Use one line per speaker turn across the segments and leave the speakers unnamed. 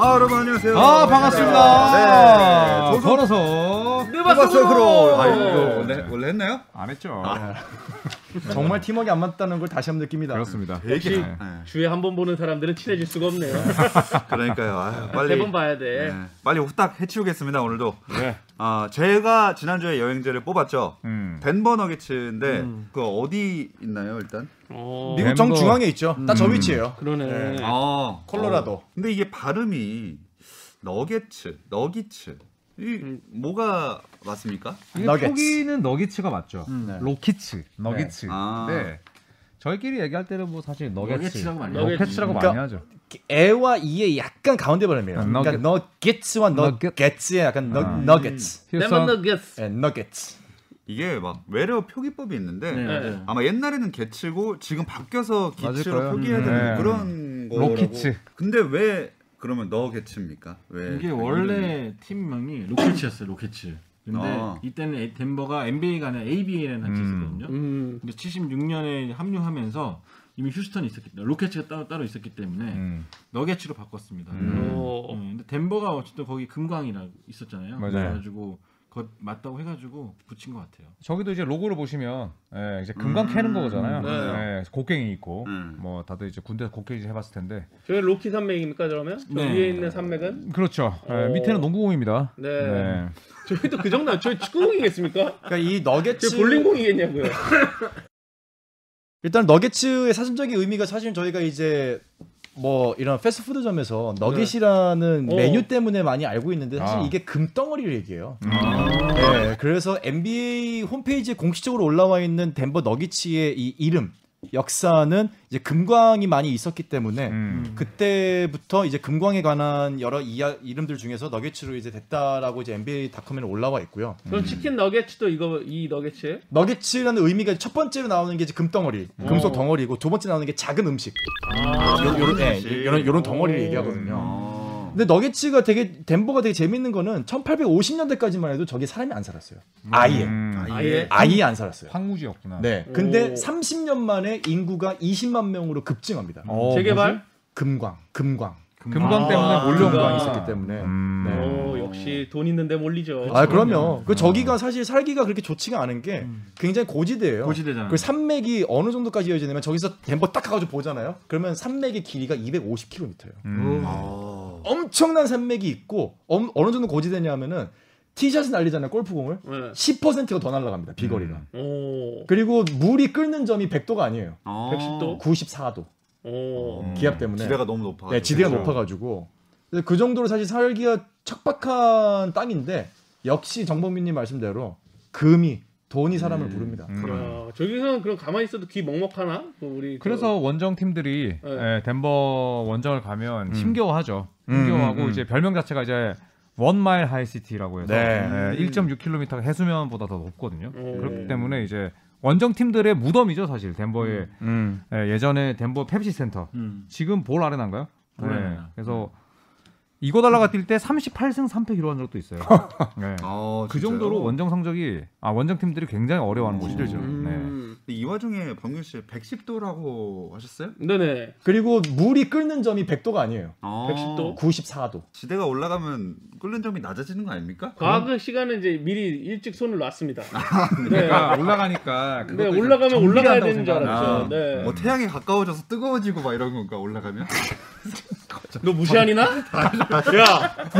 아 여러분 안녕하세요.
아 반갑습니다.
네. 조선
걸어서
네,
소박서크로. 아 이거 원래 원래 했나요?
안 했죠.
정말 팀워크 안 맞다는 걸 다시 한번 느낍니다.
그렇습니다.
되게
네.
네.
주에 한 번 보는 사람들은 친해질 수가 없네요.
그러니까요. 아, 빨리
세 번 봐야 돼.
네, 빨리 후딱 해치우겠습니다 오늘도.
네.
아 제가 지난주에 여행지를 뽑았죠.
음.
덴버 너게츠인데 그 어디 있나요 일단?
어,
미국 정 중앙에 있죠. 딱 저 위치예요.
그러네.
네.
아
콜로라도.
어. 근데 이게 발음이 너게츠, 너기츠. 이 뭐가 맞습니까?
이게
너겟츠.
포기는 너기츠가 맞죠.
네.
로키츠, 너기츠. 네.
아.
저희끼리 얘기할 때는 뭐 사실 너게츠,
너겟츠라고 많이
하죠.
너게츠라고
그러니까
많이 하죠.
애와 이의 약간 가운데 발음이에요.
음,
그러니까
너겟.
너겟츠와
너겟.
너겟츠의 약간 너,
아.
너겟츠.
레몬
휴스턴-
너겟스.
네, 너겟츠.
이게 막 외래어 표기법이 있는데
네, 맞아요.
네.
아마 옛날에는 개츠고 지금 바뀌어서
맞을
기츠로
거예요.
표기해야
음.
되는
네.
그런 거라고.
로키츠.
근데 왜 그러면 너 개츠입니까? 왜
이게
그 이름이?
원래 팀명이 로켓츠였어요, 로켓츠. 근데
아.
이때는 에- 덴버가 NBA가 아니라 ABA라는 학체였거든요.
음.
근데 76년에 합류하면서 이미 휴스턴이 있었기 때문에 로켓츠가 따로 따로 있었기 때문에
음.
너겟츠로 바꿨습니다.
음.
어,
어,
근데 덴버가 어쨌든 거기 금광이라 있었잖아요.
맞아요.
그래가지고 그 맞다고 해가지고 붙인 것 같아요.
저기도 이제 로고를 보시면 예, 이제 금강 캐는 거잖아요.
네.
예, 곡괭이 있고
음.
뭐 다들 이제 군대에서 곡괭이 해봤을 텐데
저게 로키 산맥입니까 그러면? 저
네.
위에 있는 산맥은?
그렇죠. 예,
어.
밑에는 농구공입니다.
네. 저희 또그 정도 저희 축구공이겠습니까?
그러니까 이 너겟츠
저희 볼링공이겠냐고요.
일단 너겟츠의 사전적인 의미가 사실 저희가 이제 뭐 이런 패스트푸드점에서 너겟이라는
네. 어.
메뉴 때문에 많이 알고 있는데 사실
아.
이게 금덩어리를 얘기해요.
음.
네, 그래서 NBA 홈페이지에 공식적으로 올라와 있는 덴버 너기치의 이 이름 역사는 이제 금광이 많이 있었기 때문에
음.
그때부터 이제 금광에 관한 여러 이야, 이름들 중에서 너기치로 이제 됐다라고 이제 NBA 닷컴에는 올라와 있고요.
그럼 치킨 너겟츠도 이거 이 너겟츠예요?
너기치라는 의미가 첫 번째로 나오는 게 이제 금덩어리, 금속 덩어리고 두 번째 나오는 게 작은 음식,
아,
요, 런 예,
음식.
요런 요런 덩어리를
오.
얘기하거든요.
어.
근데 너기치가 되게 덴버가 되게 재밌는 거는 1850년대까지만 해도 저기 사람이 안 살았어요. 아예
음.
아예
아예 안 살았어요.
황무지였구나.
네. 근데
오.
30년 만에 인구가 20만 명으로 급증합니다.
어,
재개발?
금광, 금광.
금강 때문에
아,
몰려온
금광이
금광.
이
있었기 때문에.
음.
네.
오, 어, 역시 돈 있는데 몰리죠. 네.
아, 그럼요. 그 저기가 사실 살기가 그렇게 좋지가 않은 게 굉장히 고지대예요.
고지대잖아요.
그 산맥이 어느 정도까지 이어지냐면 저기서 덴버 딱 가가지고 보잖아요. 그러면 산맥의 길이가 250km예요.
음.
아,
엄청난 산맥이 있고 엄- 어느 정도 고지대냐면은 티샷을 날리잖아요. 골프공을.
네.
10%가 더 날아갑니다. 비거리가.
오,
그리고 물이 끓는 점이 100도가 아니에요.
어.
110도?
94도.
오,
기압 때문에.
음. 지대가 너무 높아.
네, 지대가
그렇죠.
높아가지고 근데 그 정도로 사실 살기가 척박한 땅인데 역시 정범민님 말씀대로 금이 돈이 사람을 부릅니다.
야, 저기서는 그럼 가만히 있어도 귀 먹먹하나? 그 우리
그래서 원정 팀들이
네.
예, 덴버 원정을 가면 힘겨워하죠. 힘겨워하고
음, 음.
이제 별명 자체가 이제 원마일 하이시티라고 해서 예,
네.
1.6km가 해수면보다 더 높거든요.
오.
그렇기 때문에 이제 원정 팀들의 무덤이죠, 사실 덴버의
음.
예, 예전에 덴버 펩시 센터
음.
지금 볼 아레나인가요?
네.
예,
볼 아레나.
그래서 이거 달라가 뛸 때 38승 3패 기록한 적도 있어요. 네.
어,
그
진짜요?
정도로 원정 성적이 아 원정 팀들이 굉장히 어려워하는 곳이죠. 네.
음.
근데 이 와중에 범균 씨 110도라고 하셨어요?
네네.
그리고 물이 끓는 점이 100도가 아니에요.
어.
110도?
94도.
지대가 올라가면 끓는 점이 낮아지는 거 아닙니까?
과학은 시간은 이제 미리 일찍 손을 놨습니다.
그러니까 올라가니까
네, 올라가면 올라가야 되는 줄
아,
알았죠. 네.
뭐 태양이 가까워져서 뜨거워지고 막 이런 건가 올라가면?
너 무시하니나?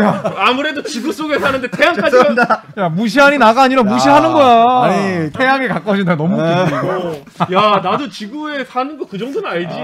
야, 아무래도 지구 속에 사는데 태양까지 가.
야 무시하니 나가 아니라 무시하는 거야.
아니.
태양에 가까워진다 너무 웃기네.
어. 야, 나도 지구에 사는 거 그 정도는 알지.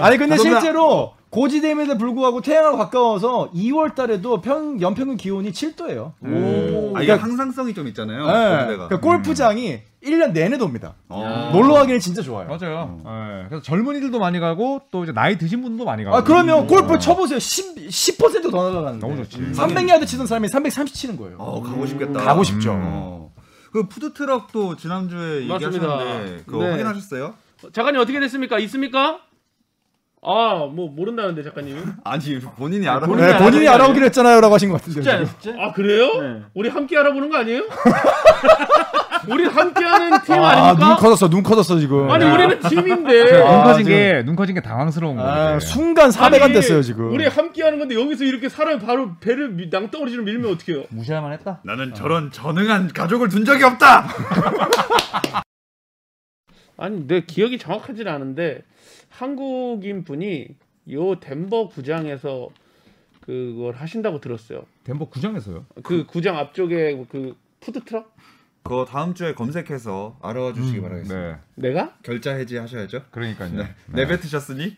아니 근데
그러면-
실제로 고지대임에도 불구하고 태양하고 가까워서 2월 달에도 평 연평균 기온이 7도예요. 음. 예,
아, 이게 항상성이 좀 있잖아요. 지대가.
그러니까 골프장이 1년 내내 돕니다.
어.
놀러 가기는 진짜 좋아요.
맞아요. 예, 그래서 젊은이들도 많이 가고 또 이제 나이 드신 분도 많이 가고.
아 그러면 골프 쳐보세요. 10, 10%더 날아가는데.
너무 좋지.
음.
300야드 치던 사람이 330 치는 거예요.
어, 가고 싶겠다.
가고 싶죠.
어. 그 푸드트럭도 지난주에
맞습니다.
얘기하셨는데 그거
네.
확인하셨어요?
작가님 어떻게 됐습니까? 있습니까? 아, 뭐 모른다는데 작가님.
아니 본인이 알아.
네, 본인이 알아오기로 했잖아요라고 하신 것 같은데.
진짜 안 했었지?
아 그래요?
네.
우리 함께 알아보는 거 아니에요? 우리 함께하는 팀
아, 눈
그 아닙니까?
커졌어, 눈 커졌어 네. 지금.
아니 우리는 팀인데.
아,
눈 커진
지금-
게, 눈 커진 게 당황스러운
아,
거예요.
순간 400안
아니,
됐어요 지금.
우리 함께하는 건데 여기서 이렇게 사람 바로 배를 미- 낭떠러지로 밀면 어떡해요?
무시할만 했다.
나는 저런 전능한 가족을 둔 적이 없다.
아니 내 기억이 정확하진 않은데 한국인 분이 요 덴버 구장에서 그걸 하신다고 들었어요.
덴버 구장에서요.
그 구장 앞쪽에 그 푸드 트럭?
그거 다음 주에 검색해서 알아와 주시기 바라겠습니다.
네.
내가?
결자 해지 하셔야죠. 네.
그러니까요.
내뱉으셨으니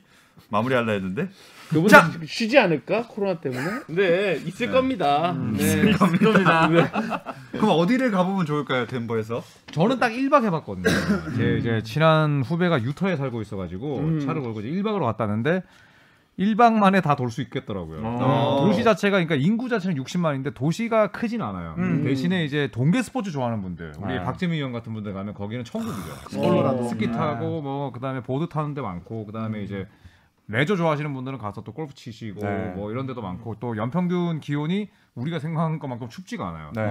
마무리할라 했는데
그분
자!
쉬지 않을까? 코로나 때문에? 네, 있을 겁니다. 네.
겁니다.
그럼 어디를 가보면 좋을까요? 덴버에서?
저는 딱 1박 해봤거든요. 제 이제 친한 후배가 유터에 살고 있어가지고
음.
차를 걸고 이제 1박으로 갔다는데 1박 만에 다 돌 수 있겠더라고요.
아.
어.
도시 자체가 그러니까 인구 자체는 60만인데 도시가 크진 않아요.
음.
대신에 이제 동계 스포츠 좋아하는 분들, 우리
네.
아.
박재민 의원 같은 분들 가면 거기는
아,
천국이죠.
서울로라도. 네.
스키 타고 뭐 그다음에 보드 타는 데 많고 그다음에 이제 레저 좋아하시는 분들은 가서 또 골프 치시고
네.
뭐 이런 데도 많고 또 연평균 기온이 우리가 생각한 것만큼 춥지가 않아요.
네.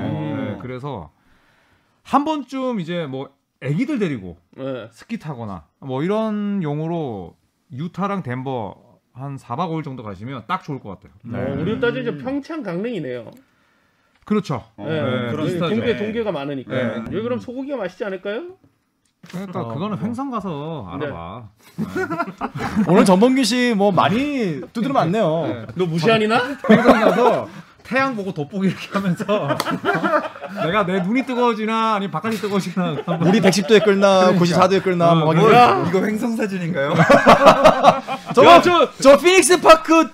네, 그래서 한 번쯤 이제 뭐 아기들 데리고
네.
스키 타거나 뭐 이런 용으로 유타랑 덴버 한 4박 5일 정도 가시면 딱 좋을 것 같아요.
어, 우리로 따지면 평창 강릉이네요.
그렇죠.
네,
그런
여기
스타죠.
동계 동계가 많으니까. 여기 그럼 소고기가 맛있지 않을까요?
그러니까 그거는 횡성 가서 알아봐.
오늘 전범기 씨 뭐 많이 두드려 맞네요.
너 무시하니나?
횡성 가서 태양 보고 돋보기 이렇게 하면서 내가 내 눈이 뜨거워지나 아니면 바깥이 뜨거워지나 한번
우리 110도에 끓나
그러니까.
94도에 끓나 뭐 확인.
뭐야? 이거 횡성 사진인가요?
저거 저, 저 피닉스 파크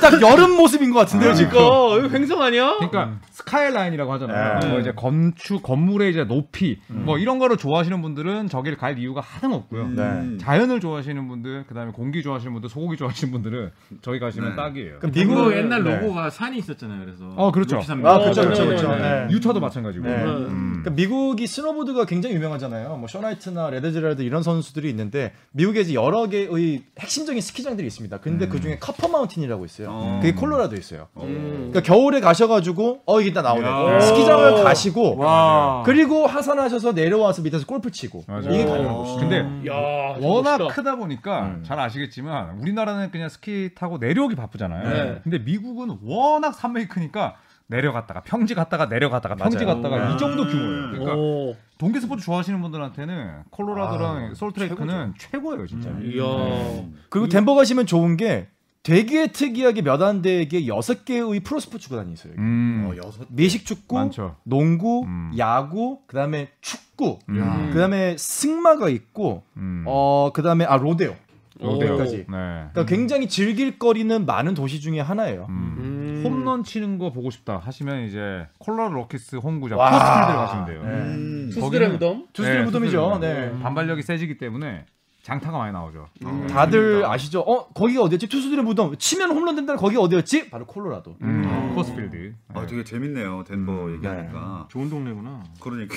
딱 여름 모습인 것 같은데요 지금.
이거 여기 횡성 아니야?
그러니까 스카이라인이라고 하잖아요. 뭐 이제 건축 건물의 이제 높이 뭐 이런 거를 좋아하시는 분들은 저길 갈 이유가 하등 없고요.
음.
네.
자연을 좋아하시는 분들, 그다음에 공기 좋아하시는 분들, 소고기 좋아하시는 분들은 저기 가시면 딱이에요.
네. 그럼
미국
뭐
미국은-
옛날
네.
로고가 산이 있었잖아요. 그래서
어, 그렇죠.
록시 산맥.
아 그렇죠
어,
그렇죠
네,
그렇죠.
네,
네.
유타도 마찬가지고.
네.
어.
음.
그러니까 미국이 스노보드가 굉장히 유명하잖아요. 뭐 쇼나이트나 레드제라드 이런 선수들이 있는데 미국에 이제 여러 개의 핵심적인 스키장들이 있습니다. 근데 그 중에 카퍼 마운틴이라고 있어요.
어.
그게 콜로라도에 있어요.
음.
그러니까 겨울에 가셔가지고 어 이게 다 나오네.
야.
스키장을 가시고
와.
그리고 하산하셔서 내려와서 밑에서 골프 치고
맞아요.
이게
오.
가능한 곳이죠. 음.
근데
야,
워낙
멋있다.
크다 보니까 잘 아시겠지만 우리나라는 그냥 스키 타고 내려오기 바쁘잖아요.
네.
근데 미국은 워낙 산맥이 크니까 내려갔다가 평지 갔다가 내려갔다가 평지
맞아요.
갔다가 이 정도 규모예요. 그러니까
오.
동계 스포츠 좋아하시는 분들한테는 콜로라도랑
아, 음.
솔트레이크는 최고예요, 진짜. 네.
이야. 음.
음.
그리고 덴버 가시면 좋은 게 되게 특이하게 몇 안 되게 여섯 개의 프로 스포츠 구단이 있어요. 여기.
음.
여섯.
미식축구,
많죠.
농구,
음.
야구, 그다음에 축구,
음.
그다음에 승마가 있고
음.
어 그다음에 아 로데오. 로데오까지.
네.
그러니까 굉장히 즐길 거리는 많은 도시 중에 하나예요.
음.
음.
홈런 치는 거 보고 싶다 하시면 이제 콜로라도 로키스 홈구장
와.
포스트필드를 가시면 돼요.
네.
음.
투수들의
거기는-
무덤.
투수들
네,
무덤이죠.
투수들
네. 음.
무덤. 음. 반발력이 세지기 때문에 장타가 많이 나오죠.
다들 아시죠? 어 거기가 어디였지? 투수들의 무덤. 치면 홈런 된다는 거기 어디였지? 바로 콜로라도.
음.
어.
코스필드.
아 되게 재밌네요. 덴버 얘기하니까.
좋은 동네구나.
그러니까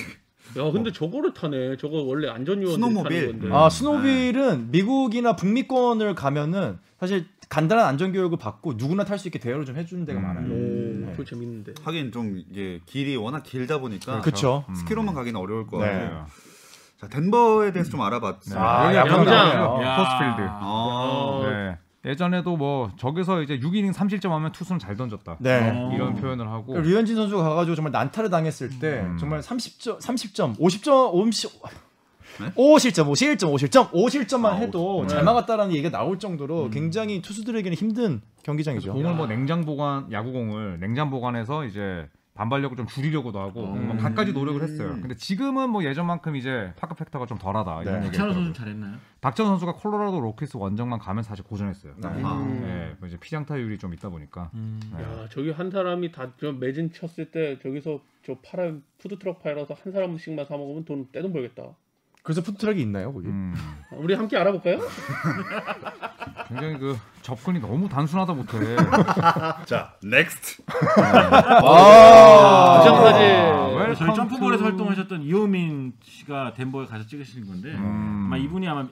야, 근데 저거를 타네. 저거 원래 안전 요원들이
스노모빌.
타는 건데.
아 스노빌은 미국이나 북미권을 가면은 사실 간단한 안전 교육을 받고 누구나 탈 수 있게 대여를 좀 해주는 데가 많아요.
오, 그거 재밌는데.
하긴 좀 이게 길이 워낙 길다 보니까
그쵸.
스키로만 가긴 어려울 것
네.
같아요. 자 덴버에 대해서 좀 알아봤어요.
아,
네. 여기
야구장.
야구장이에요.
야.
코스필드.
아,
어,
네. 예전에도 뭐 저기서 이제 6이닝 3실점 하면 투수는 잘 던졌다.
네.
어.
이런 표현을 하고
류현진 선수가 가가지고 정말 난타를 당했을 때
음.
정말 30점, 30점, 50점, 50,
네?
5실점, 5실점, 5실점, 5실점만
아,
해도
오실점.
잘 막았다라는 얘기가 나올 정도로 굉장히 투수들에게는 힘든 경기장이죠.
공을 뭐 냉장 보관 야구공을 냉장 보관해서 이제 반발력을 좀 줄이려고도 하고
음.
뭐 갖가지 노력을 했어요. 근데 지금은 뭐 예전만큼 이제 파크 팩터가 좀 덜하다 이런
네.
얘기.
박찬호 선수 잘했나요?
박찬호 선수가 콜로라도 로키스 원정만 가면 사실 고전했어요. 네.
아.
뭐 이제 피장타율이 좀 있다 보니까. 네.
야, 저기 한 사람이 다저 매진 쳤을 때 저기서 저 파란 푸드트럭 팔아서 한 사람씩만 사 먹으면 돈 떼돈 벌겠다.
그래서 푸드트럭이 있나요 거기?
음,
우리 함께 알아볼까요?
굉장히 그 접근이 너무 단순하다 못해.
자 넥스트.
아,
부장까지.
웰컴
네, 저희 점프볼에서
투-
활동하셨던 이호민 씨가 덴버에 가서 찍으시는 건데 아마 이분이 아마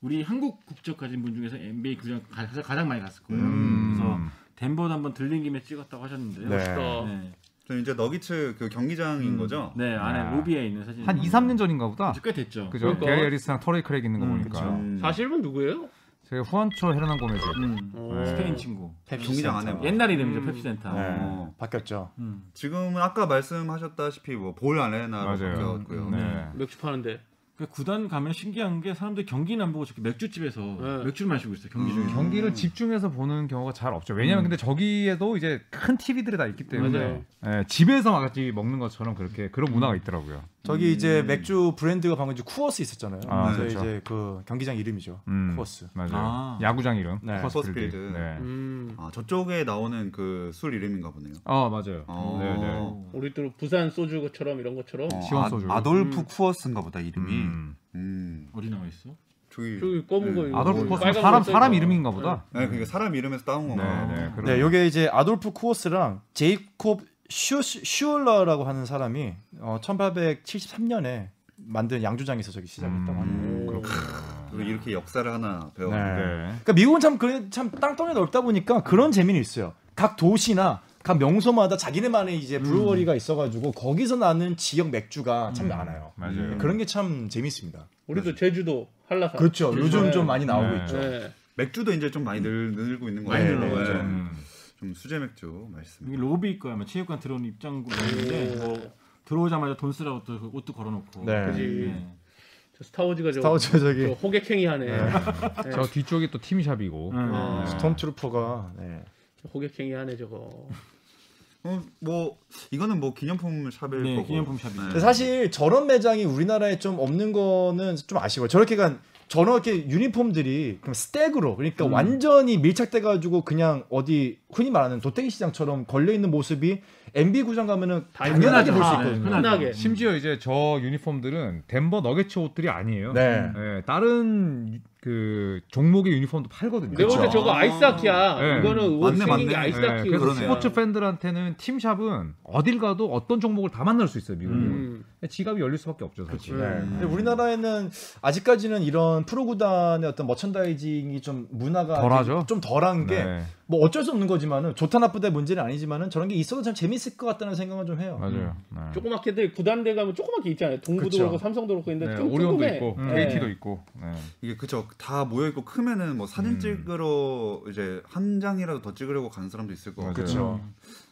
우리 한국 국적 가진 분 중에서 NBA 구장
음.
가장 가장 많이 갔을 거예요. 그래서 덴버도 한번 들린 김에 찍었다고 하셨는데요.
네.
어,
네.
저는 이제 너기츠 그 경기장인 거죠.
네 안에
아.
로비에 있는 사진.
한 2, 3년 전인가 보다.
꽤 됐죠.
그죠?
그러니까.
게리 에리스랑 터레이 크랙 있는 거
음,
보니까.
그쵸.
음,
사실은 누구예요?
제가 후안초 헤르난 고메즈.
음,
어.
스페인 친구.
경기장 안에 뭐.
옛날 이름이죠
음.
펩시센터.
어,
바뀌었죠.
음.
지금은 아까 말씀하셨다시피 뭐볼 아레나로
맞아요.
바뀌었고요.
네.
맥주 파는데.
그 구단 가면 신기한 게 사람들이 경기는 안 보고 저렇게 맥주집에서
네.
맥주를 마시고 있어요. 경기 중에.
경기를 집중해서 보는 경우가 잘 없죠. 왜냐면 근데 저기에도 이제 큰 TV들이 다 있기 때문에 예, 집에서 막 같이 먹는 것처럼 그렇게 그런 문화가 있더라고요.
저기 이제 맥주 브랜드가 방금 이제 쿠어스 있었잖아요.
음. 아,
그래서
그렇죠.
이제 그 경기장 이름이죠.
음.
쿠어스.
맞아요.
아.
야구장 이름.
네.
퍼스필드.
퍼스필드.
네.
음.
아 저쪽에 나오는 그 술 이름인가 보네요.
어 맞아요.
어.
네, 네.
우리 또 부산 소주처럼 이런 것처럼
어,
시원 소주.
아, 아돌프
음.
쿠어스인가 보다 이름이. 음.
음.
어디 나와 있어?
예.
저기.
저기 검은 거
네.
이거
아돌프
뭐
코스
빨간
사람 사람
거 써있잖아.
이름인가 보다.
네, 그러니까 사람 이름에서 따온 건가.
네, 네.
네, 요게 이제 아돌프 쿠어스랑 제이콥 슈, 슈울러라고 하는 사람이 어, 1873년에 만든 양조장에서 저기 시작했다고 하네요.
음,
오.
그리고 이렇게 역사를 하나 배워.
네.
네.
그러니까 미국은 참, 그래, 참 땅덩이 넓다 보니까 그런 재미는 있어요. 각 도시나 각 명소마다 자기네만의
음.
이제 브루어리가 있어가지고 거기서 나는 지역 맥주가
음. 네.
참 많아요.
맞아요.
그런 게 참 재밌습니다.
예. 우리도 제주도 한라산.
그렇죠. 요즘
네.
좀 많이 나오고
네.
있죠.
네.
맥주도 이제 좀 많이 늘, 늘고 있는 거
많이
같아요.
늘어나죠.
네.
음.
좀 수제 맥주
여기
맛있습니다.
로비 있고 아마 체육관 들어오는 입장구 있는데 뭐 들어오자마자 돈 쓰라고 또그 옷도 걸어놓고.
네.
그지. 저 스타워즈가 저,
스타워즈 예.
저
저기
호객행위 하네. 네.
저 뒤쪽이 또 팀샵이고.
음.
어.
스톰트루퍼가 네.
저 호객행위 하네 저거.
어, 뭐 이거는 뭐 기념품 샵일
네,
거고.
기념품 샵이죠.
네.
근데 사실 저런 매장이 우리나라에 좀 없는 거는 좀 아쉬워요. 저렇게 간 저렇게 유니폼들이 그럼 스택으로 그러니까 완전히 밀착돼 가지고 그냥 어디 흔히 말하는 도떼기 시장처럼 걸려 있는 모습이 MB 구장 가면은
다
당연하게 볼 수
아, 네,
있거든요.
흔하죠.
흔하게.
심지어 이제 저 유니폼들은 덴버 너게츠 옷들이 아니에요.
네.
예, 다른 유- 그 종목의 유니폼도 팔거든요.
내가 볼 때
그쵸.
저거 아이스하키야.
네.
이거는 의혹
맞네,
생긴
맞네.
게 아이스하키.
예, 그래서
그러네.
스포츠 팬들한테는 팀샵은 어딜 가도 어떤 종목을 다 만날 수 있어요 미국은
음.
지갑이 열릴 수밖에 없죠 사실
그치. 네.
근데 우리나라에는 아직까지는 이런 프로 구단의 어떤 머천다이징이 좀 문화가 아직
덜하죠?
좀 덜한 게 뭐
네,
어쩔 수 없는 거지만은 좋다 나쁘다의 문제는 아니지만은 저런 게 있어도 참 재밌을 것 같다는 생각은 좀 해요.
맞아요 네.
조그맣게 들 구단대 가면 조그맣게 있잖아요. 동부도
그쵸.
그렇고 삼성도 그렇고 있는데
네,
좀
오리온도
조그매.
있고
음.
KT도 있고 네.
이게 그쵸 다 모여 있고 크면은 뭐 사진
음.
찍으러 이제 한 장이라도 더 찍으려고 가는 사람도 있을 것
맞아요.
같고.
그쵸.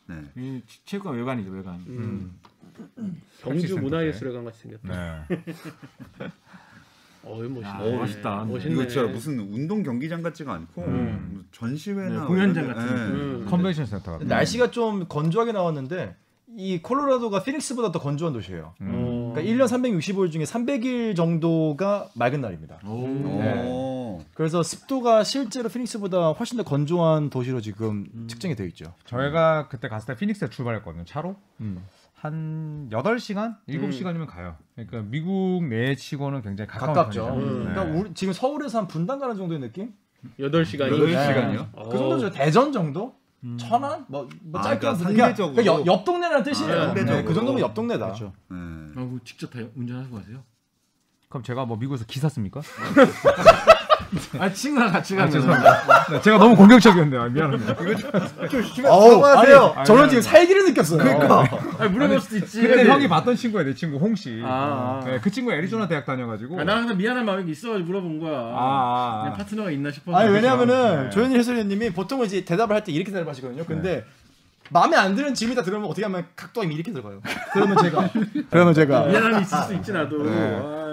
네.
이 체- 체육관 외관이죠 외관.
음.
할수
경주
있을
문화예술회관 같이 생겼다.
네.
어이 멋있다.
야, 멋있다.
멋있네.
이거 진짜 무슨 운동 경기장 같지가 않고 뭐 전시회나
음. 네, 공연장
어디든-
같은
네.
느낌. 음.
컨벤션 센터 같은
날씨가 좀 건조하게 나왔는데 이 콜로라도가 피닉스보다 더 건조한 도시예요.
음.
어.
그러니까 1년 365일 중에 300일 정도가 맑은 날입니다.
오.
오.
그래서 습도가 실제로 피닉스보다 훨씬 더 건조한 도시로 지금
음.
측정이 되어 있죠.
저희가 그때 갔을 때 피닉스에 출발했거든요 차로
음.
한 8시간? 7시간이면 가요 그러니까 미국 내치고는 굉장히 가까운
가깝죠.
편이죠.
음.
네.
그러니까 우리 지금 서울에서 한 분당 가는 정도의 느낌?
8시간이
여덟
네.
시간이요?
어.
그 정도죠. 대전 정도?
음.
천안? 뭐, 뭐
아,
짧게
그러니까
하면
상대적으로.
옆, 옆 동네라는 뜻이에요.
아, 상대적으로.
네, 그 정도면 옆 동네다.
네.
아, 그럼 직접 다 운전하고 가세요?
그럼 제가 뭐 미국에서 기사 씁니까?
아 친구랑 같이 가면.
네, 제가 너무 공격적이었네요 미안합니다
어우,
사과하세요.
아니, 그러니까. 저는 지금 살기를 느꼈어요.
아 물어볼 수도 있지.
그때 형이 봤던 친구야 내 친구 홍씨
아, 아.
네, 그 친구 애리조나 대학 다녀가지고
아, 나 항상 미안한 마음이 있어가지고 물어본 거야.
아, 아.
그냥 파트너가 있나 싶어서.
아니 왜냐면은
네.
조현일 해설위원님이 보통은 이제 대답을 할 때 이렇게 대답하시거든요. 근데 마음에 안 드는 질문이 다 들어오면 어떻게 하면 각도가 이렇게 들어가요. 네. 그러면 제가 그러면 제가
미안함이 있을 수 있지 나도.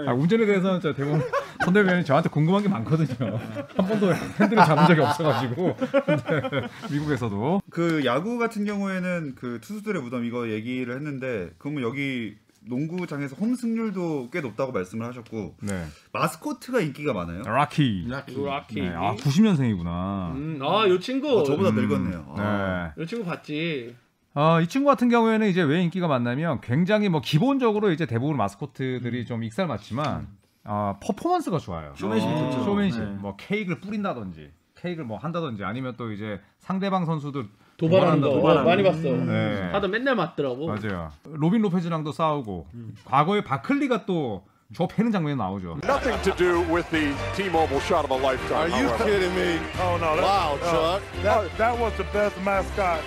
아, 운전에 대해서는 저 대부분 선대위원이 저한테 궁금한 게 많거든요. 한 번도 핸들을 잡은 적이 없어가지고 근데 미국에서도
그 야구 같은 경우에는 그 투수들의 무덤 이거 얘기를 했는데 그러면 여기 농구장에서 홈 승률도 꽤 높다고 말씀을 하셨고
네
마스코트가 인기가 많아요.
락키
락키.
네, 아 90년생이구나.
그 음, 아, 요 친구.
어, 저보다
음.
늙었네요. 아.
네.
요 친구 봤지.
어, 이 친구 같은 경우에는 이제 왜 인기가 많냐면 굉장히 뭐 기본적으로 이제 대부분 마스코트들이
음.
좀 익살맞지만 아 퍼포먼스가 좋아요.
쇼맨십
아,
좋죠.
쇼맨십
네.
뭐 케이크를 뿌린다든지 케이크를 뭐 한다든지 아니면 또 이제 상대방 선수들
도발하는 거.
도발하는
많이
거.
봤어.
네.
하다 맨날 맞더라고.
맞아요. 로빈 로페즈랑도 싸우고 과거에 바클리가 또 저 패는 장면이 나오죠.
Nothing to do with the T-Mobile shot of a lifetime. Are you kidding me? Oh no! That, wow, Chuck. that, that was the best mascot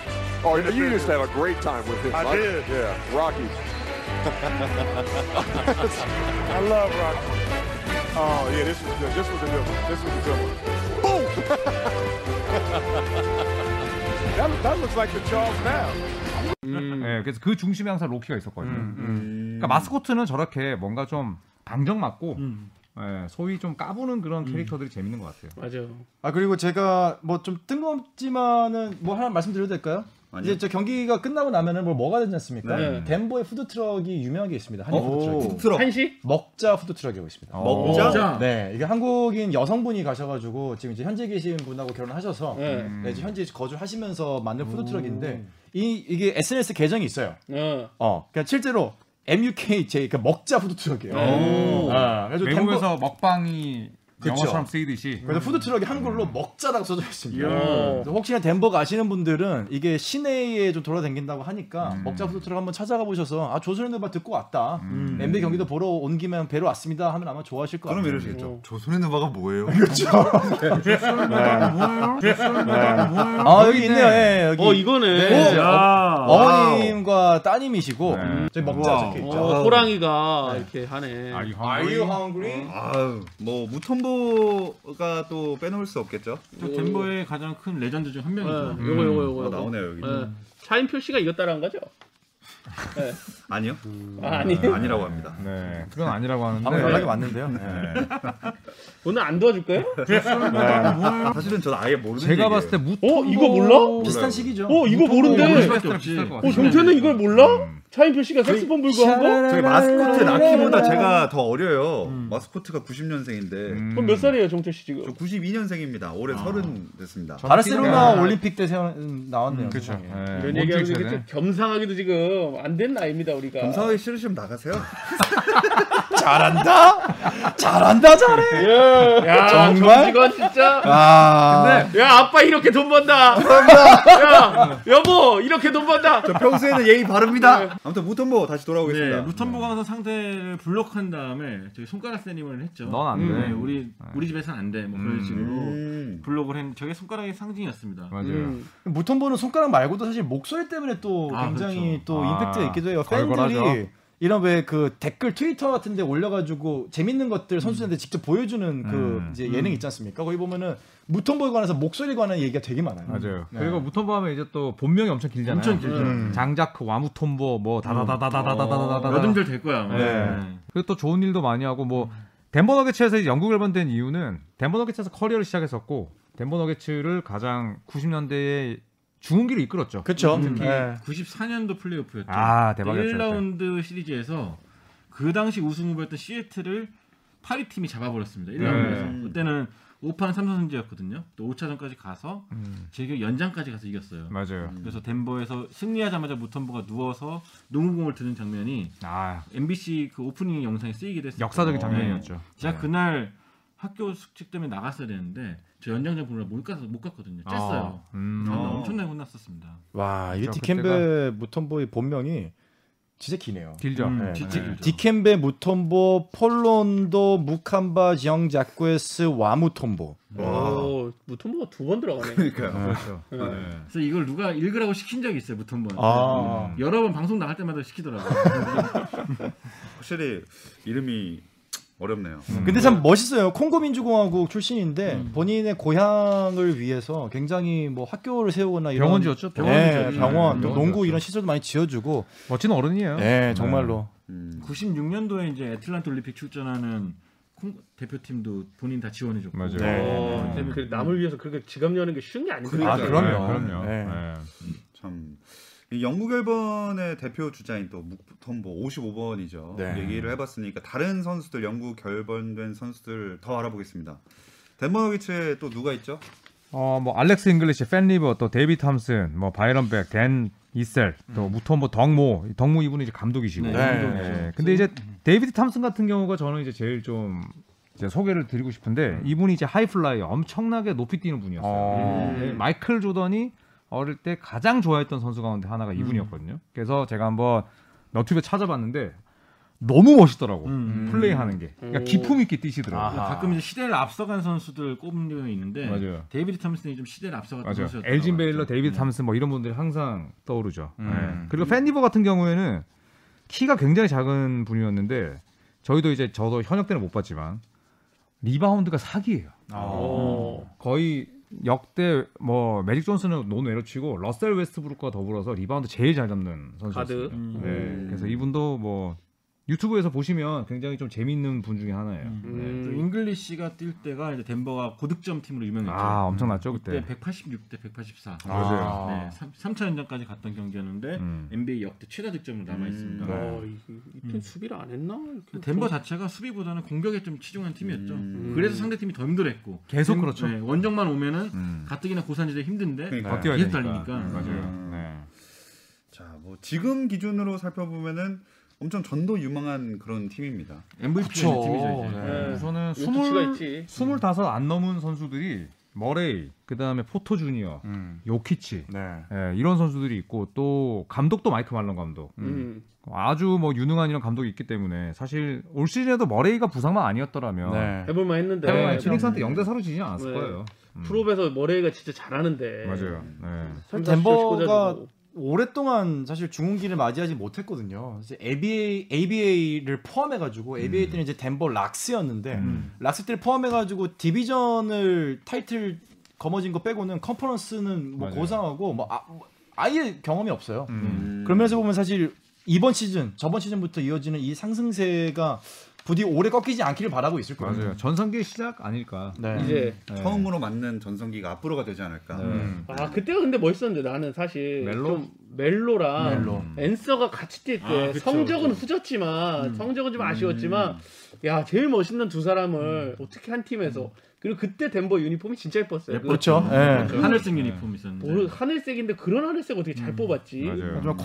Oh, you used to have a great time with him.
I did.
Yeah, Rocky.
I love Rocky.
Oh yeah, this was good. This was a good one. This was a good one. Boom! that, that looks like the Charles now.
예, 그래서 그 중심에 항상 로키가 있었거든요. 그러니까 마스코트는 저렇게 뭔가 좀 방정 맞고 예, 소위 좀 까부는 그런 캐릭터들이 재밌는 것 같아요.
맞아.
아 그리고 제가 뭐 좀 뜬금없지만은 뭐 하나 말씀드려도 될까요?
아니요.
이제 저 경기가 끝나고 나면은 뭘 먹어야 되지 않습니까?
네.
덴버의 푸드 트럭이 유명한 게 있습니다. 한인 푸드 트럭.
푸드트럭
한시?
먹자 푸드 트럭이라고 있습니다.
아. 먹자?
네, 이게 한국인 여성분이 가셔가지고 지금 이제 현재 계신 분하고 결혼하셔서
네.
네, 이제 현재 거주하시면서 만든 푸드 트럭인데 이 이게 SNS 계정이 있어요.
어.
어, 그러니까 실제로 MUKJ 그러니까 먹자 푸드 트럭이에요.
네. 어,
아, 그래서
외국에서 먹방이
그쵸.
영어처럼 쓰이듯이
그래서 푸드 트럭이 한글로 먹자라고 써져 있습니다.
이야.
그래서 혹시나 덴버 가시는 분들은 이게 시내에 좀 돌아다닌다고 하니까 먹자 푸드 트럭 한번 찾아가 보셔서 아 조선인들 말 듣고 왔다. NBA 경기도 보러 온 김에 배로 왔습니다 하면 아마 좋아하실 것
그럼
같아요.
네,
이러시겠죠.
조선의 누바가 뭐예요?
아 여기 있네요. 예, 여기.
어 이거네.
네, 이제
어,
야.
어머님과 따님이시고
네.
저희 먹자 적혀 있죠.
어, 호랑이가 이렇게 하네.
아, 이
Are
황홀이
you hungry?
아유, 뭐 무턴보가 또 빼놓을 수 없겠죠.
또 덴버의 가장 큰 레전드 중 한
예,
명이죠. 음.
요거 요거 요거.
아,
요거.
나오네요 여기.
예. 차인표 씨가 이겼다라는 거죠?
아니요,
아, 아니.
아, 아니라고 합니다.
네, 그건 아니라고
방금
하는데
연락이 왔는데요. 네.
오늘 안 도와줄 거예요?
사실은 저는 아예 모르는.
제가
얘기예요.
봤을 때 무토
어 이거 몰라?
비슷한 시기죠.
어 이거 모른대.
모르시겠다.
어
네,
정태는 이걸 몰라? 차인표 씨가 색스폰 불고 한 거?
네.
저희 마스코트 라키보다 제가 더 어려요.
음.
마스코트가 90년생인데
그럼 몇 살이에요 정태 씨 지금?
저 92년생인생입니다. 올해
아.
30 됐습니다.
아, 바르셀로나 올림픽 때 세워, 음, 나왔네요.
그렇죠.
세상에.
네,
이런
못
얘기하고
찍게
이렇게
되네.
겸상하기도 지금 안 된 나이입니다 우리가.
검사하기 싫으시면 나가세요.
잘한다. 잘한다. 잘해.
야
정말?
정직원 진짜.
아.
야 아빠 이렇게 돈 번다. 야 여보 이렇게 돈 번다.
저 평소에는 예의
네.
바릅니다. 아무튼 무턴보 다시
네,
돌아오겠습니다.
루턴보가 항상 상대를 블록한 다음에 저희 손가락 세님을 했죠.
넌안 돼.
네, 우리 우리 집에선 안 돼. 뭐 그런 식으로
음.
블록을 했는데 저게 손가락의 상징이었습니다.
맞아요.
음. 무턴보는 손가락 말고도 사실 목소리 때문에 또
아,
굉장히
그렇죠.
또
아,
임팩트가 있기도 해요. 팬들이
걸걸하죠.
이런 왜 그 댓글 트위터 같은 데 올려가지고 재밌는 것들 선수들한테 직접 보여주는 그
음.
이제 예능 있지 않습니까? 거기 보면은 무턴보에 관해서 목소리에 관한 얘기가 되게 많아요.
맞아요. 그리고 무톰보 하면 이제 또 본명이 엄청 길잖아요.
엄청 길죠.
장자크, 와무톰보, 뭐 다다다다다다다다다.
몇 음절 될 거야. 아마.
네.
네.
그리고 또 좋은 일도 많이 하고 뭐
음.
덴버 너게츠에서 영국 열번된 이유는 덴버 너게츠에서 커리어를 시작했었고 덴버 너게츠를 가장 90년대에 중흥기로 이끌었죠.
그렇죠. 네.
94년도 플레이오프였죠.
아, 대박이었죠,
1라운드 시리즈에서 그 당시 우승 후보였던 시애틀을 파리 팀이 잡아버렸습니다. 1라운드에서
네.
그때는 5판 3선 승제였거든요. 또 5차전까지 가서
음.
제게 연장까지 가서 이겼어요.
맞아요.
그래서 덴버에서 승리하자마자 무턴버가 누워서 농구공을 드는 장면이
아
MBC 그 오프닝 영상에 쓰이기도 했어요. 네.
역사적인 네. 장면이었죠.
제가 그날 학교 숙직 때문에 나갔어야 되는데 저 연장전 보느라 못 가서 못 갔거든요. 쨌어요.
아, 음.
엄청나게 혼났었습니다.
와, 이
그때가-
디캠베 무턴보의 본명이 진짜 기네요.
길죠.
음,
네.
진짜 길죠.
디캠베 무턴보, 폴론도, 무캄바, 지영, 자쿠에스, 와무턴보.
오 무통보가 두 번 들어가네.
그러니까요.
그렇죠. 그래서 이걸 누가 읽으라고 시킨 적이 있어요 무턴번
아.
여러 번 방송 나갈 때마다 시키더라고요
확실히 이름이 어렵네요.
음.
근데 참 멋있어요. 콩고 민주공화국 출신인데 본인의 고향을 위해서 굉장히 뭐 학교를 세우거나 이런
병원 지었죠. 또?
네,
지었죠.
병원, 또
병원
농구
지었죠.
이런 시설도 많이 지어주고,
멋진 어른이에요.
네, 정말로.
음.
96년도에 이제 애틀란타 올림픽 출전하는 콩- 대표팀도 본인 다 지원해줬고
맞아요.
어,
음.
그 남을 위해서 그렇게 지갑 여는 게 쉬운 게 아니거든요.
아,
네,
그럼요.
그럼요.
네.
네.
참. 이 영국 열번의 대표 주자인 또 무턴보 55번이죠.
네.
얘기를 해봤으니까 다른 선수들 영국 결번된 선수들 더 알아보겠습니다. 덴버 너기츠에 또 누가 있죠?
어, 뭐 알렉스 잉글리시, 팬 리버, 또 데이비 탐슨, 뭐 바이런 백, 댄 이셀, 또 무톰보 덕모, 이 덕모 이분이 이제 음. 감독이시고.
네,
예, 근데 이제 데이비드 탐슨 같은 경우가 저는 이제 제일 좀 이제 소개를 드리고 싶은데 이분이 이제 하이플라이 엄청나게 높이 뛰는 분이었어요. 네, 마이클 조던이 어릴 때 음. 가장 좋아했던 선수 가운데 하나가 이분이었거든요. 그래서 제가 한번 너튜브에 찾아봤는데 너무 멋있더라고
음.
플레이하는 게 그러니까
오.
기품 있게 뛰시더라고
그러니까 가끔 이제 시대를 앞서간 선수들 꼽는 경우가 있는데
맞아요.
데이비드 탐슨이 좀 시대를 앞서갔던 음.
맞아요
선수였다.
엘진 베일러, 데이비드 탐슨 뭐 이런 분들이 항상 떠오르죠
음.
네. 그리고 팬디버 같은 경우에는 키가 굉장히 작은 분이었는데 저희도 이제 저도 현역 때는 못 봤지만 리바운드가 사기예요
아.
아.
어.
거의 역대 뭐 매직 존슨은 논외로 치고 러셀 웨스트브룩과 더불어서 리바운드 제일 잘 잡는 선수였어요.
가드.
음.
네, 그래서 이분도 뭐 유튜브에서 보시면 굉장히 좀 재밌는 분 중에 하나예요. 네.
음. 또
음.
잉글리시가 뛸 때가 이제 덴버가 고득점 팀으로 유명했죠.
아 엄청났죠
음. 그때
그때.
186대 184.
맞아요.
네, 3, 차 연장까지 갔던 경기였는데
음. 네.
NBA 역대 최다 득점으로 남아 있습니다.
음.
어, 이- 이팀 수비를 안 했나? 이렇게
덴버 자체가 수비보다는 공격에 좀 치중한 팀이었죠.
음.
그래서 상대 팀이 더 힘들어했고
계속
덴-
그렇죠.
네, 원정만 오면은
음.
가뜩이나 고산지대 힘든데
그러니까.
버텨야
계속
되니까.
네. 달리니까.
음, 맞아요.
음.
네.
자, 뭐 지금 기준으로 살펴보면은 엄청 전도 유망한 그런 팀입니다.
MVP
그쵸.
는 팀이죠 이제.
네.
우선은
루키치가
20,
있지.
25안 넘은 선수들이 머레이, 그다음에 포토 주니어,
음.
요키치
네.
예, 이런 선수들이 있고 또 감독도 마이크 말론 감독.
음.
아주 뭐 유능한 이런 감독이 있기 때문에 사실 올 시즌에도 머레이가 부상만 아니었더라면
네.
해볼만 했는데.
페르마이 피닉스한테 0대 4로 지지 않았을
네.
거예요. 음.
프로에서 머레이가 진짜 잘하는데.
맞아요. 네.
삼, 사십 점
덴버가-
꽂아주고.
오랫동안 사실 중흥기를 맞이하지 못했거든요. 이제 ABA, ABA를
음.
포함해가지고 ABA 때는 이제 덴버 락스였는데 락스 때를 포함해가지고 디비전을 타이틀 거머쥔 거 빼고는 컨퍼런스는 뭐
맞아요.
고상하고 뭐, 아, 예 경험이 없어요.
음.
그러면서 보면 사실 이번 시즌, 저번 시즌부터 이어지는 이 상승세가 부디 오래 꺾이지 않기를 바라고 있을 거예요.
맞아요. 전성기 시작 아닐까.
네.
이제
네.
처음으로 맞는 전성기가 앞으로가 되지 않을까.
음.
아 그때가 근데 멋있었는데 나는 사실
멜로?
좀 멜로랑
멜로.
음.
앤서가 같이 뛸 때
아, 그쵸,
성적은
그쵸.
후졌지만 성적은 좀 아쉬웠지만 야 제일 멋있는 두 사람을 어떻게 한 팀에서 그리고 그때 덴버 유니폼이 진짜 예뻤어요. 그
그렇죠.
네.
예.
네, 하늘색 유니폼 있었는데.
뭐, 하늘색인데 그런 하늘색 어떻게 잘 뽑았지?
맞아요.
정말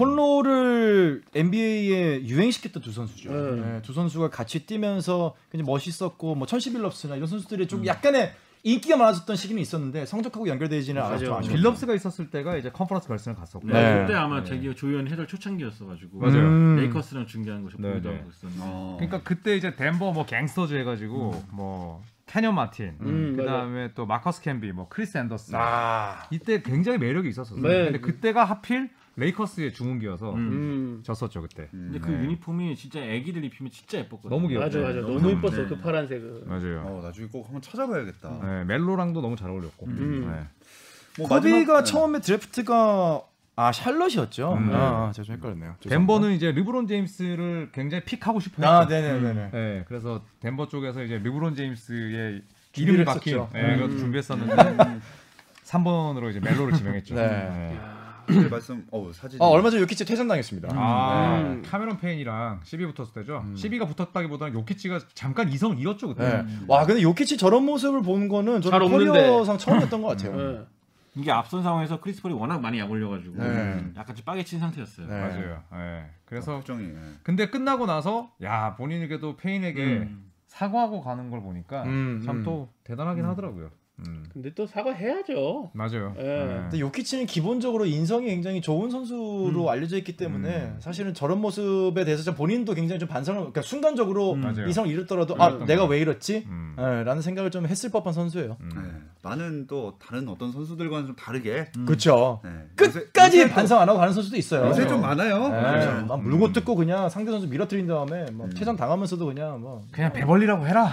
콘로를 NBA에 유행시켰던 두 선수죠.
네.
네, 두 선수가 같이 뛰면서 굉장히 멋있었고 뭐 천시빌럽스나 이런 선수들이 좀 약간의 인기가 많아졌던 시기는 있었는데 성적하고 연결되지는 않아서 좀
맞아요.
아쉽죠.
빌럽스가 있었을 때가 이제 컨퍼런스 결승을 갔었고.
네,
네.
그때 아마 제기 조현 해설 초창기였어가지고
맞아요.
음.
레이커스랑 중계하는 거 저
네,
보기도
네.
하고 있었는데
어.
그러니까 그때 이제 덴버 뭐 갱스터즈 해가지고 뭐 캐년 마틴,
음,
그다음에 또 마커스 캔비, 뭐 크리스 앤더슨.
아,
이때 굉장히 매력이 있었어요.
네.
근데 그때가 하필 레이커스의 중흥기여서
음.
음.
졌었죠 그때.
근데 그 유니폼이 진짜 애기들 입히면 진짜 예뻤거든요.
네. 너무 귀여워.
맞아 맞아 너무
음.
예뻤어 그
네.
파란색은.
맞아요.
어, 나중에 꼭 한번 찾아봐야겠다.
네, 멜로랑도 너무 잘 어울렸고.
음.
네.
뭐
코비가
마지막-
처음에 드래프트가 아 샬럿이었죠.
음.
아, 아, 제가 좀 헷갈렸네요. 죄송합니다.
덴버는 이제 르브론 제임스를 굉장히 픽하고 싶어
아,
했죠.
네네네네.
네, 그래서 덴버 쪽에서 이제 르브론 제임스의
준비를
이름이 박힌
했었죠.
네, 그것도 준비했었는데 3번으로 이제 멜로를 지명했죠.
네.
네, 말씀 어 사진
아, 얼마 전에 요키치 퇴장당했습니다.
아,
음.
카메론 페인이랑 시비 붙었을 때죠. 시비가 붙었다기보다는 요키치가 잠깐 이성을 잃었죠 그때.
음. 네. 와 근데 요키치 저런 모습을 본 거는
잘
저는
없는데.
커리어상 처음이었던 것 같아요.
네.
이게 앞선 상황에서 크리스폴이 워낙 많이 약 올려가지고
네.
약간 좀 빠개친 상태였어요.
네.
맞아요. 네. 그래서
그렇죠.
걱정이. 예.
근데 끝나고 나서 야 본인에게도 페인에게
음.
사과하고 가는 걸 보니까
음,
참
음.
또 대단하긴 하더라고요. 음.
근데 또 사과해야죠.
맞아요.
예.
네.
근데 요키치는 기본적으로 인성이 굉장히 좋은 선수로 알려져 있기 때문에
음.
사실은 저런 모습에 대해서 좀 본인도 굉장히 좀 반성을 그러니까 순간적으로
맞아요.
이성을 잃었더라도 아
그랬던
내가
거예요.
왜 이랬지?
음.
예, 라는 생각을 좀 했을 법한 선수예요.
네. 많은 또 다른 어떤 선수들과는 좀 다르게
음.
그렇죠.
네.
끝까지
요새- 요새 또-
반성 안 하고 가는 선수도 있어요.
요새 좀 그렇죠. 많아요. 네.
예, 막 물고 뜯고 그냥 상대 선수 밀어뜨린 다음에 뭐 퇴장 당하면서도 그냥 뭐
그냥 배벌리라고 해라.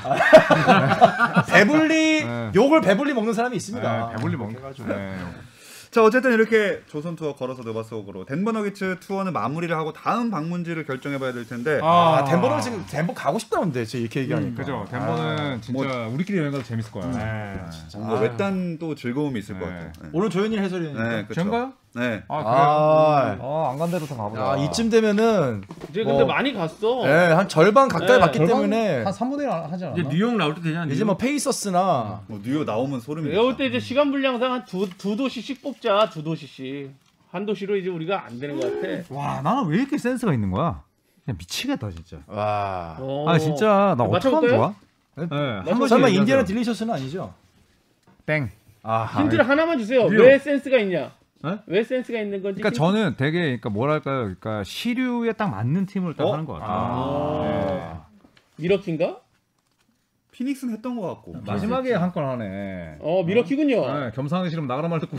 배불리
예.
욕을 배불리 먹는 사람이 있습니다.
네, 배불리 먹는 거죠. 네.
자 어쨌든 이렇게 조선 투어 걸어서 노바 속으로 덴버 너기츠 투어는 마무리를 하고 다음 방문지를 결정해봐야 될 텐데
아, 덴버는 아, 지금 덴버 가고 싶다는데 지금 이렇게 얘기하니까.
음, 그죠. 덴버는 진짜 우리끼리 여행 가도 재밌을
음.
거야. 네.
뭔가 외딴 또 즐거움이 있을 것
네.
같아요.
오늘 조현일 해설위원이니까.
네, 그쵸.
젠가요?
네.
아,
아,
그래요? 아, 안 간 데로 다 가보자.
아, 이쯤 되면은
이제
뭐-
근데 많이 갔어.
예, 한 절반 가까이
네,
봤기
절반-
때문에
한 3분의 1 하지 않았나?
이제 뉴욕 나올 때 되냐?
이제 뭐 페이서스나
뭐 뉴욕 나오면 소름이.
내가 볼때 이제 시간 분량상 한 두 두 도시씩 뽑자 두 도시씩 한 도시로 이제 우리가 안 되는 것 같아.
와, 나는 왜 이렇게 센스가 있는 거야? 그냥 미치겠다 진짜.
와.
어.
아, 진짜 나
어.
어떻게 하는
맞춰볼까요?
거야? 네, 한 번씩
설마
얘기하세요.
인디아나 딜리셔스는 아니죠?
땡.
아,
힌트를 하나만 주세요.
뉴욕.
왜 센스가 있냐?
네?
왜 센스가 있는 건지.
그러니까 저는 되게 그러니까 뭐랄까요? 그러니까 시류에 딱 맞는 팀을 딱 하는 것 어? 같아요.
미러키인가?
피닉스는 했던 것 같고.
마지막에 한 건 하네.
어 미러키군요.
네, 겸상하기 싫으면 나가라 말 듣고.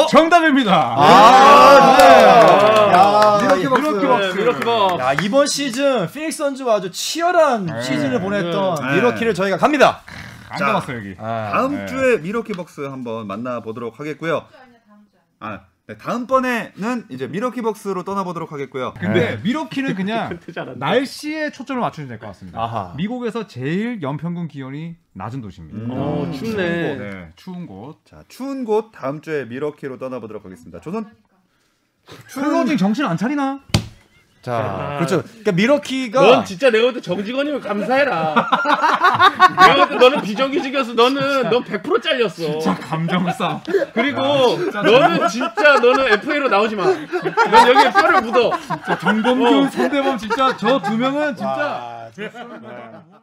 어? 정답입니다.
아, 네.
네.
야,
아, 이렇게 막
이렇게
써요.
막-
미러키가
야, 이번 시즌 피닉스 선즈와 아주 치열한 시즌을 보냈던
네.
미러키를 저희가 갑니다.
안 가봤어요 여기. 네.
다음 주에 미러키 벅스 한번 만나보도록 하겠고요. 아, 네, 다음번에는 이제 미러키 벅스로 떠나보도록 하겠고요.
근데 미러키는 그냥
잘한다.
날씨에 초점을 맞추면 될 것 같습니다.
아하.
미국에서 제일 연평균 기온이 낮은 도시입니다.
어 춥네.
네, 추운 곳.
자, 추운 곳 다음 주에 미러키로 떠나보도록 하겠습니다. 조선
클로징 정신 안 차리나? 아.
자, 그렇죠. 그러니까 미러키가
넌 진짜 내가 볼 때 정직원이면 감사해라. 내가 볼 때 너는 비정규직이어서 너는 넌 100% 잘렸어.
감정 싸움.
그리고 너는 진짜 너는 FA로 나오지 마. 넌 여기에 뼈를 묻어.
정범균, 손대범 진짜 저 두 명은 진짜
아, 진짜.